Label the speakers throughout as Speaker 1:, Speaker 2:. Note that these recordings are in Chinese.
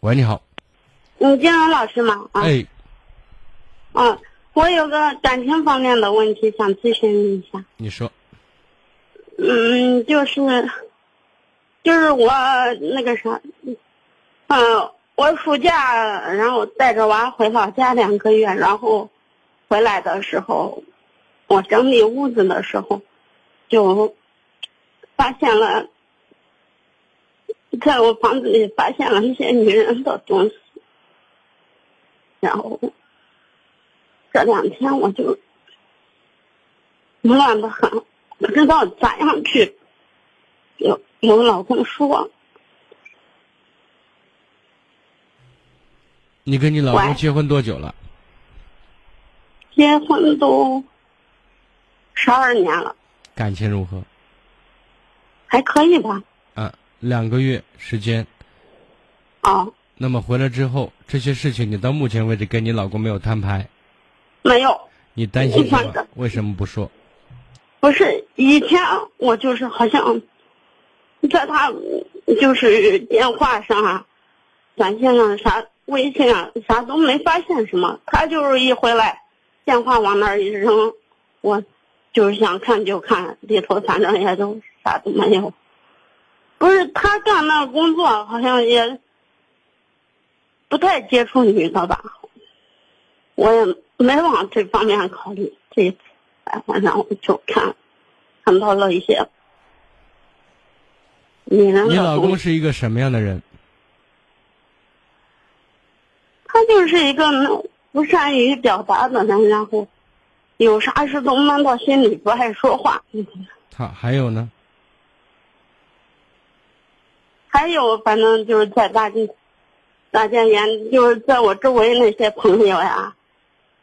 Speaker 1: 喂，你好，
Speaker 2: 你金融老师吗？啊，
Speaker 1: 哎，
Speaker 2: 嗯，我有个感情方面的问题想咨询你一下。
Speaker 1: 你说，
Speaker 2: 嗯，就是，就是我那个啥，嗯、我暑假然后带着娃回老家两个月，然后回来的时候，我整理屋子的时候，就发现了，在我房子里发现了一些女人的东西，然后这两天我就迷乱的很。不知道咋样去有有老公说，
Speaker 1: 你跟你老公
Speaker 2: 喂
Speaker 1: 结婚多久了？
Speaker 2: 结婚都十二年了，
Speaker 1: 感情如何？
Speaker 2: 还可以吧？
Speaker 1: 啊，两个月时间。
Speaker 2: 啊，
Speaker 1: 那么回来之后，这些事情你到目前为止跟你老公没有摊牌，
Speaker 2: 没有，
Speaker 1: 你担心什
Speaker 2: 一般
Speaker 1: 么
Speaker 2: 的？
Speaker 1: 为什么不说？
Speaker 2: 不是以前我就是好像在他就是电话上啊、短信上啥、微信啊啥都没发现什么，他就是一回来电话往那儿一扔，我就是想看就看，里头反正也都啥都没有。不是他干那工作好像也不太接触女的吧，我也没往这方面考虑这一次。哎，晚上我就看看到了一些女人
Speaker 1: 你
Speaker 2: 的
Speaker 1: 老
Speaker 2: 东
Speaker 1: 公
Speaker 2: 西
Speaker 1: 是一个什么样的人？
Speaker 2: 他就是一个那不善于表达的人，然后有啥事都闷到心里，不爱说话。嗯
Speaker 1: 他还有呢？
Speaker 2: 还有，反正就是在大街大家眼，就是在我周围那些朋友呀，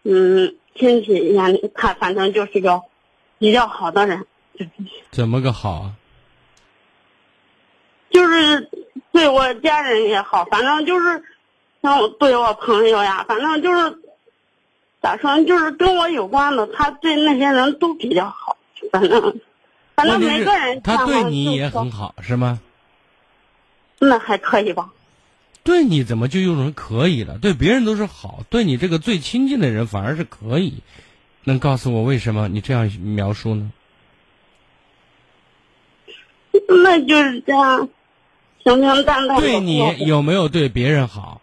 Speaker 2: 嗯，亲戚眼里，他反正就是个比较好的人，
Speaker 1: 怎么个好啊？
Speaker 2: 就是对我家人也好，反正就是像我对我朋友呀，反正就是咋说呢，就是跟我有关的，他对那些人都比较好，反正反正
Speaker 1: 问题
Speaker 2: 每
Speaker 1: 是
Speaker 2: 个人
Speaker 1: 他
Speaker 2: 看
Speaker 1: 对
Speaker 2: 法就
Speaker 1: 你也
Speaker 2: 说
Speaker 1: 很好，是吗？
Speaker 2: 那还可以吧？
Speaker 1: 对你怎么就用成可以了？对别人都是好，对你这个最亲近的人反而是可以。能告诉我为什么你这样描述呢？
Speaker 2: 那就是这样，平平淡淡的
Speaker 1: 对你有没有对别人好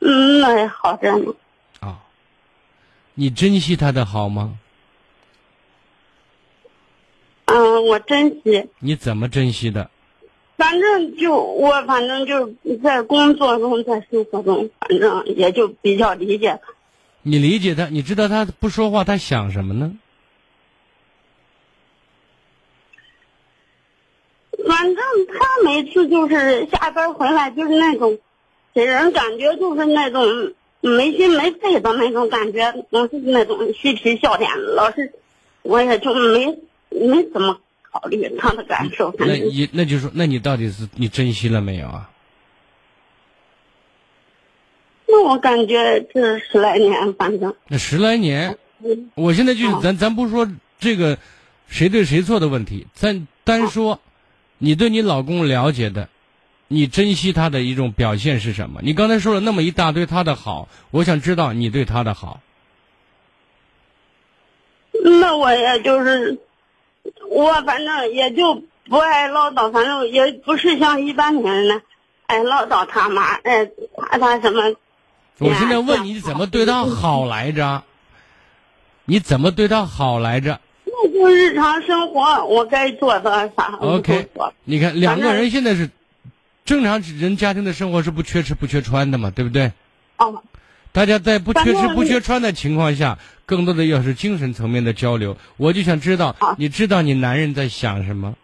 Speaker 2: 嗯，那也好着呢。
Speaker 1: 啊？你珍惜他的好吗？
Speaker 2: 嗯，我珍惜，
Speaker 1: 你怎么珍惜的？
Speaker 2: 反正就我反正就是在工作中，在生活中，反正也就比较理解他。
Speaker 1: 你理解他，你知道他不说话，他想什么呢？
Speaker 2: 反正他每次就是下班回来就是那种，给人感觉就是那种没心没肺的那种感觉，总是那种嬉皮笑脸，老是我也就没没怎么考虑他的感受，反
Speaker 1: 那
Speaker 2: 正
Speaker 1: 你那就说，那你到底是你珍惜了没有啊？
Speaker 2: 那我感觉这十来年，反正
Speaker 1: 那十来年，
Speaker 2: 嗯
Speaker 1: 我现在就是
Speaker 2: 嗯
Speaker 1: 咱咱不说这个谁对谁错的问题，咱单说你对你老公了解的，你珍惜他的一种表现是什么？你刚才说了那么一大堆他的好，我想知道你对他的好。
Speaker 2: 那我也就是，我反正也就不爱唠叨，反正也不是像一般女人呢，爱唠叨他妈，爱夸他什么。
Speaker 1: 我现在问你怎么对他好来着？你怎么对他好来着？
Speaker 2: 那就日常生活我该做的啥我都
Speaker 1: OK，
Speaker 2: 做。
Speaker 1: 你看两个人现在是正常人家庭的生活是不缺吃不缺穿的嘛，对不对？
Speaker 2: 哦，
Speaker 1: 大家在不
Speaker 2: 反
Speaker 1: 缺
Speaker 2: 正
Speaker 1: 吃不
Speaker 2: 你
Speaker 1: 缺穿的情况下，更多的要是精神层面的交流。我就想知道
Speaker 2: 好，
Speaker 1: 你知道你男人在想什么？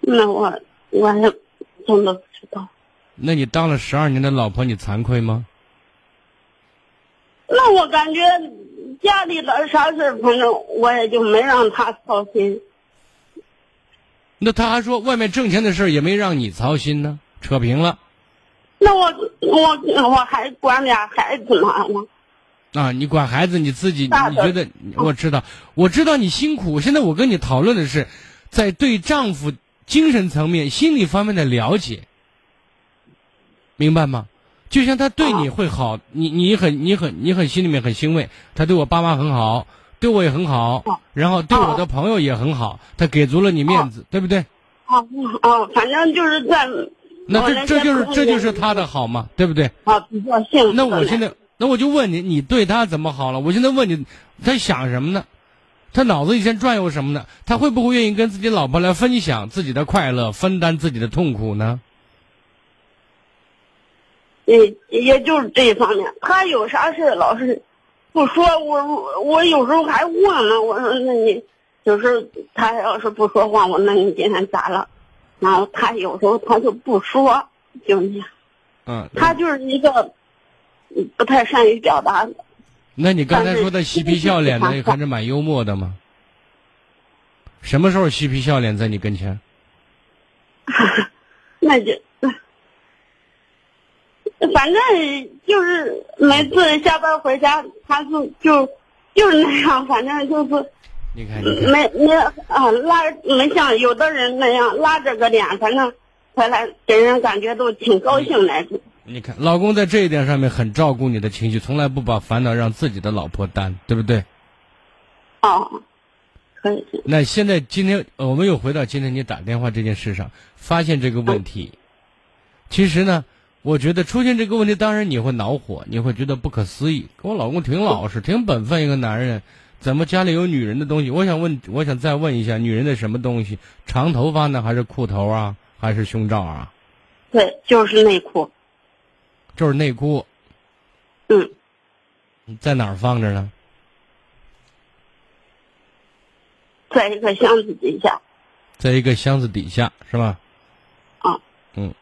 Speaker 2: 那我我也真的不知道。
Speaker 1: 那你当了十二年的老婆，你惭愧吗？
Speaker 2: 那我感觉家里的啥事儿，反正我也就没让他操心。
Speaker 1: 那他还说外面挣钱的事儿也没让你操心呢，扯平了
Speaker 2: 那我我我还管俩孩子呢吗？
Speaker 1: 啊！你管孩子你自己，
Speaker 2: 大
Speaker 1: 你
Speaker 2: 的嗯
Speaker 1: 觉得我知道，我知道你辛苦。现在我跟你讨论的是，在对丈夫精神层面、心理方面的了解，明白吗？就像他对
Speaker 2: 啊
Speaker 1: 你会好，你你很你很你很心里面很欣慰，他对我爸妈很好，对我也很好
Speaker 2: 哦，
Speaker 1: 然后对我的朋友也很好，他给足了你面
Speaker 2: 啊
Speaker 1: 子，对不对？
Speaker 2: 哦哦，反正就是在
Speaker 1: 那
Speaker 2: 我
Speaker 1: 这
Speaker 2: 人
Speaker 1: 这
Speaker 2: 生
Speaker 1: 就是
Speaker 2: 中
Speaker 1: 这
Speaker 2: 间
Speaker 1: 就是他的好嘛，对不对？
Speaker 2: 啊比较幸福的。
Speaker 1: 那我现在，那我就问你，你对他怎么好了？我现在问你，他想什么呢？他脑子以前转悠什么呢？他会不会愿意跟自己老婆来分享自己的快乐，分担自己的痛苦呢？
Speaker 2: 也也就是这一方面，他有啥事老是不说，我我我有时候还问了，我说那你就是他要是不说话，我那你今天咋了？然后他有时候他就不说，就那样，
Speaker 1: 嗯，
Speaker 2: 他就是一个嗯不太善于表达的。
Speaker 1: 那你刚才说
Speaker 2: 但
Speaker 1: 他
Speaker 2: 是
Speaker 1: 嬉皮笑脸
Speaker 2: 这
Speaker 1: 的，
Speaker 2: 个
Speaker 1: 还是蛮幽默的嘛？什么时候嬉皮笑脸在你跟前？
Speaker 2: 那就，反正就是每次下班回家，他就就就是那样，反正就是
Speaker 1: 你看，你看，
Speaker 2: 没没啊拉没像有的人那样拉着个脸，反正回来给人感觉都挺高兴来着。
Speaker 1: 你看，老公在这一点上面很照顾你的情绪，从来不把烦恼让自己的老婆担，对不对？
Speaker 2: 哦，可以，
Speaker 1: 那现在今天呃我们又回到今天你打电话这件事上，发现这个问题。其实呢，我觉得出现这个问题，当然你会恼火，你会觉得不可思议。我老公挺老实，挺本分一个男人，怎么家里有女人的东西？我想问，我想再问一下，女人的什么东西？长头发呢，还是裤头啊，还是胸罩啊？
Speaker 2: 对，就是内裤，
Speaker 1: 就是内裤，
Speaker 2: 嗯，
Speaker 1: 在哪儿放着呢？
Speaker 2: 在一个箱子底下。
Speaker 1: 在一个箱子底下，是吧？
Speaker 2: 啊，
Speaker 1: 嗯，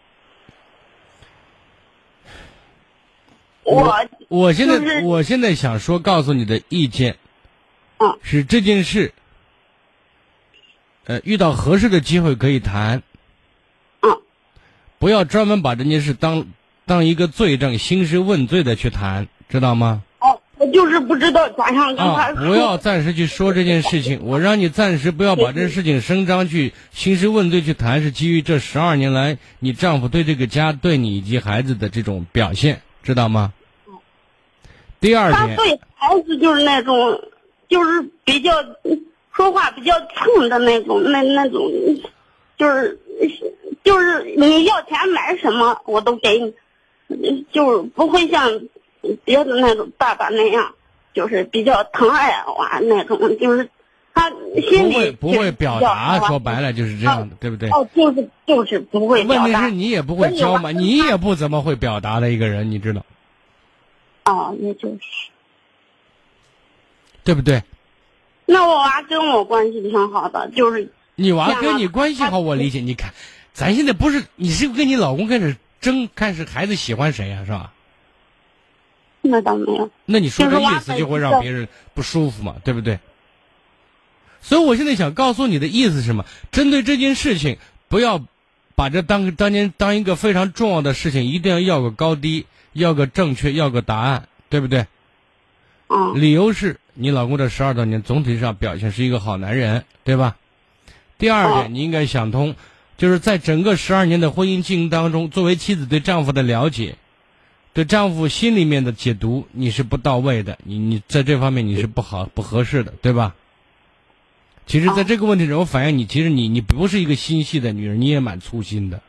Speaker 2: 我
Speaker 1: 我现在、
Speaker 2: 就是
Speaker 1: 我现在想说，告诉你的意见，
Speaker 2: 嗯
Speaker 1: 是这件事，呃，遇到合适的机会可以谈，
Speaker 2: 嗯
Speaker 1: 不要专门把这件事当当一个罪证、兴师问罪的去谈，知道吗？
Speaker 2: 哦，我就是不知道咋样跟
Speaker 1: 啊
Speaker 2: 他，说。
Speaker 1: 不要暂时去说这件事情，我让你暂时不要把这事情声张去兴师问罪去谈，是基于这十二年来你丈夫对这个家、对你以及孩子的这种表现，知道吗？
Speaker 2: 嗯
Speaker 1: 第二
Speaker 2: 他
Speaker 1: 点，
Speaker 2: 对孩子就是那种，就是比较说话比较冲的那种，那那种，就是就是你要钱买什么我都给你，就是不会像别的那种爸爸那样，就是比较疼爱娃那种，就是他心
Speaker 1: 不
Speaker 2: 里
Speaker 1: 会不会表达，说白
Speaker 2: 了
Speaker 1: 了就是这样的，对不对？
Speaker 2: 哦，就是就是不会
Speaker 1: 问
Speaker 2: 表
Speaker 1: 题
Speaker 2: 达
Speaker 1: 是你也不会教嘛，
Speaker 2: 我有啊
Speaker 1: 你也不怎么会表达的一个人，你知道
Speaker 2: 哦，也就是。
Speaker 1: 对不对？
Speaker 2: 那我娃跟我关系挺好的，就是
Speaker 1: 你娃
Speaker 2: 像
Speaker 1: 跟
Speaker 2: 啊
Speaker 1: 你关系
Speaker 2: 他
Speaker 1: 好，我理解。你看，咱现在不是你是不是跟你老公开始争，开始孩子喜欢谁啊呀、是吧？
Speaker 2: 那倒没有。
Speaker 1: 那你说
Speaker 2: 就
Speaker 1: 这
Speaker 2: 是挖
Speaker 1: 意思就会让别人不舒服嘛，对不对？所以我现在想告诉你的意思是什么？针对这件事情，不要把这当当年当一个非常重要的事情，一定要要个高低，要个正确，要个答案，对不对？
Speaker 2: 嗯，
Speaker 1: 理由是你老公这十二多年总体上表现是一个好男人，对吧？第二
Speaker 2: 哦
Speaker 1: 点，你应该想通，就是在整个十二年的婚姻经营当中，作为妻子对丈夫的了解，对丈夫心里面的解读，你是不到位的，你你在这方面你是不好不合适的，对吧？其实，在
Speaker 2: 哦
Speaker 1: 这个问题上，我反映你，其实你你不是一个心细的女人，你也蛮粗心的。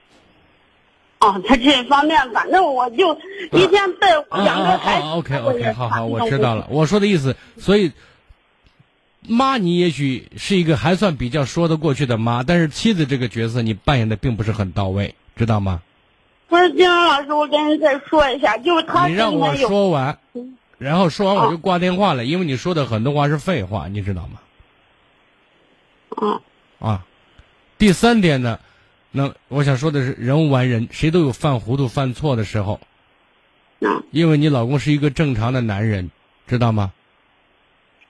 Speaker 2: 哦，他这方面，反正我就一天带
Speaker 1: 啊
Speaker 2: 两个孩子。
Speaker 1: OK OK，好好，我知道了。。我说的意思，所以妈，你也许是一个还算比较说得过去的妈，但是妻子这个角色你扮演的并不是很到位，知道吗？
Speaker 2: 不是金龙老师，我跟您再说一下，就是他
Speaker 1: 你
Speaker 2: 现
Speaker 1: 让我
Speaker 2: 在有嗯哦
Speaker 1: 说完，然后说完我就挂电话了，因为你说的很多话是废话，你知道吗？
Speaker 2: 嗯
Speaker 1: 啊，第三点呢，那我想说的是，人无完人，谁都有犯糊涂、犯错的时候，
Speaker 2: 嗯
Speaker 1: 因为你老公是一个正常的男人，知道吗？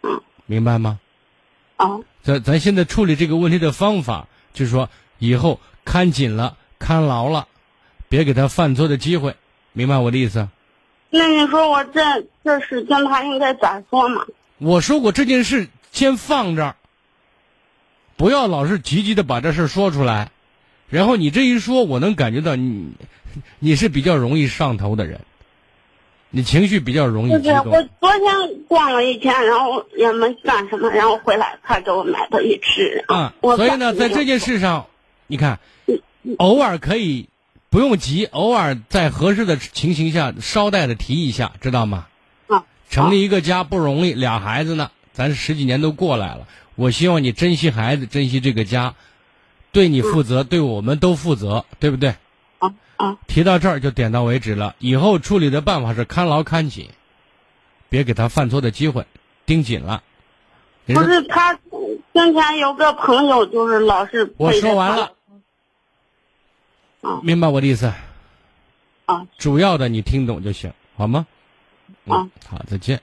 Speaker 2: 嗯
Speaker 1: 明白吗？
Speaker 2: 哦
Speaker 1: 咱咱现在处理这个问题的方法，就是说以后看紧了、看牢了，别给他犯错的机会，明白我的意思？
Speaker 2: 那你说我这这事情他应该咋说嘛？
Speaker 1: 我说过这件事先放这儿，不要老是急急的把这事儿说出来，然后你这一说，我能感觉到你，你是比较容易上头的人，你情绪比较容易
Speaker 2: 不
Speaker 1: 激
Speaker 2: 是，我
Speaker 1: 动。
Speaker 2: 昨天逛了一天，然后也没干什么，然后回来他给我买的一吃。
Speaker 1: 啊，
Speaker 2: 我嗯
Speaker 1: 所以呢，在
Speaker 2: 感觉
Speaker 1: 这件事上，你看，偶尔可以不用急，偶尔在合适的情形下捎带的提一下，知道吗？
Speaker 2: 啊，
Speaker 1: 成立一个家不容易，俩孩子呢，咱十几年都过来了。我希望你珍惜孩子，珍惜这个家，对
Speaker 2: 嗯
Speaker 1: 你负责，对我们都负责，对不对？
Speaker 2: 啊啊
Speaker 1: 提到这儿就点到为止了。以后处理的办法是看牢看紧，别给他犯错的机会，盯紧了。你
Speaker 2: 不
Speaker 1: 说
Speaker 2: 是他之前有个朋友，就是老是背着
Speaker 1: 我说完
Speaker 2: 他
Speaker 1: 了，
Speaker 2: 啊
Speaker 1: 明白我的意思？
Speaker 2: 啊
Speaker 1: 主要的你听懂就行，好吗？
Speaker 2: 啊
Speaker 1: 嗯，好，再见。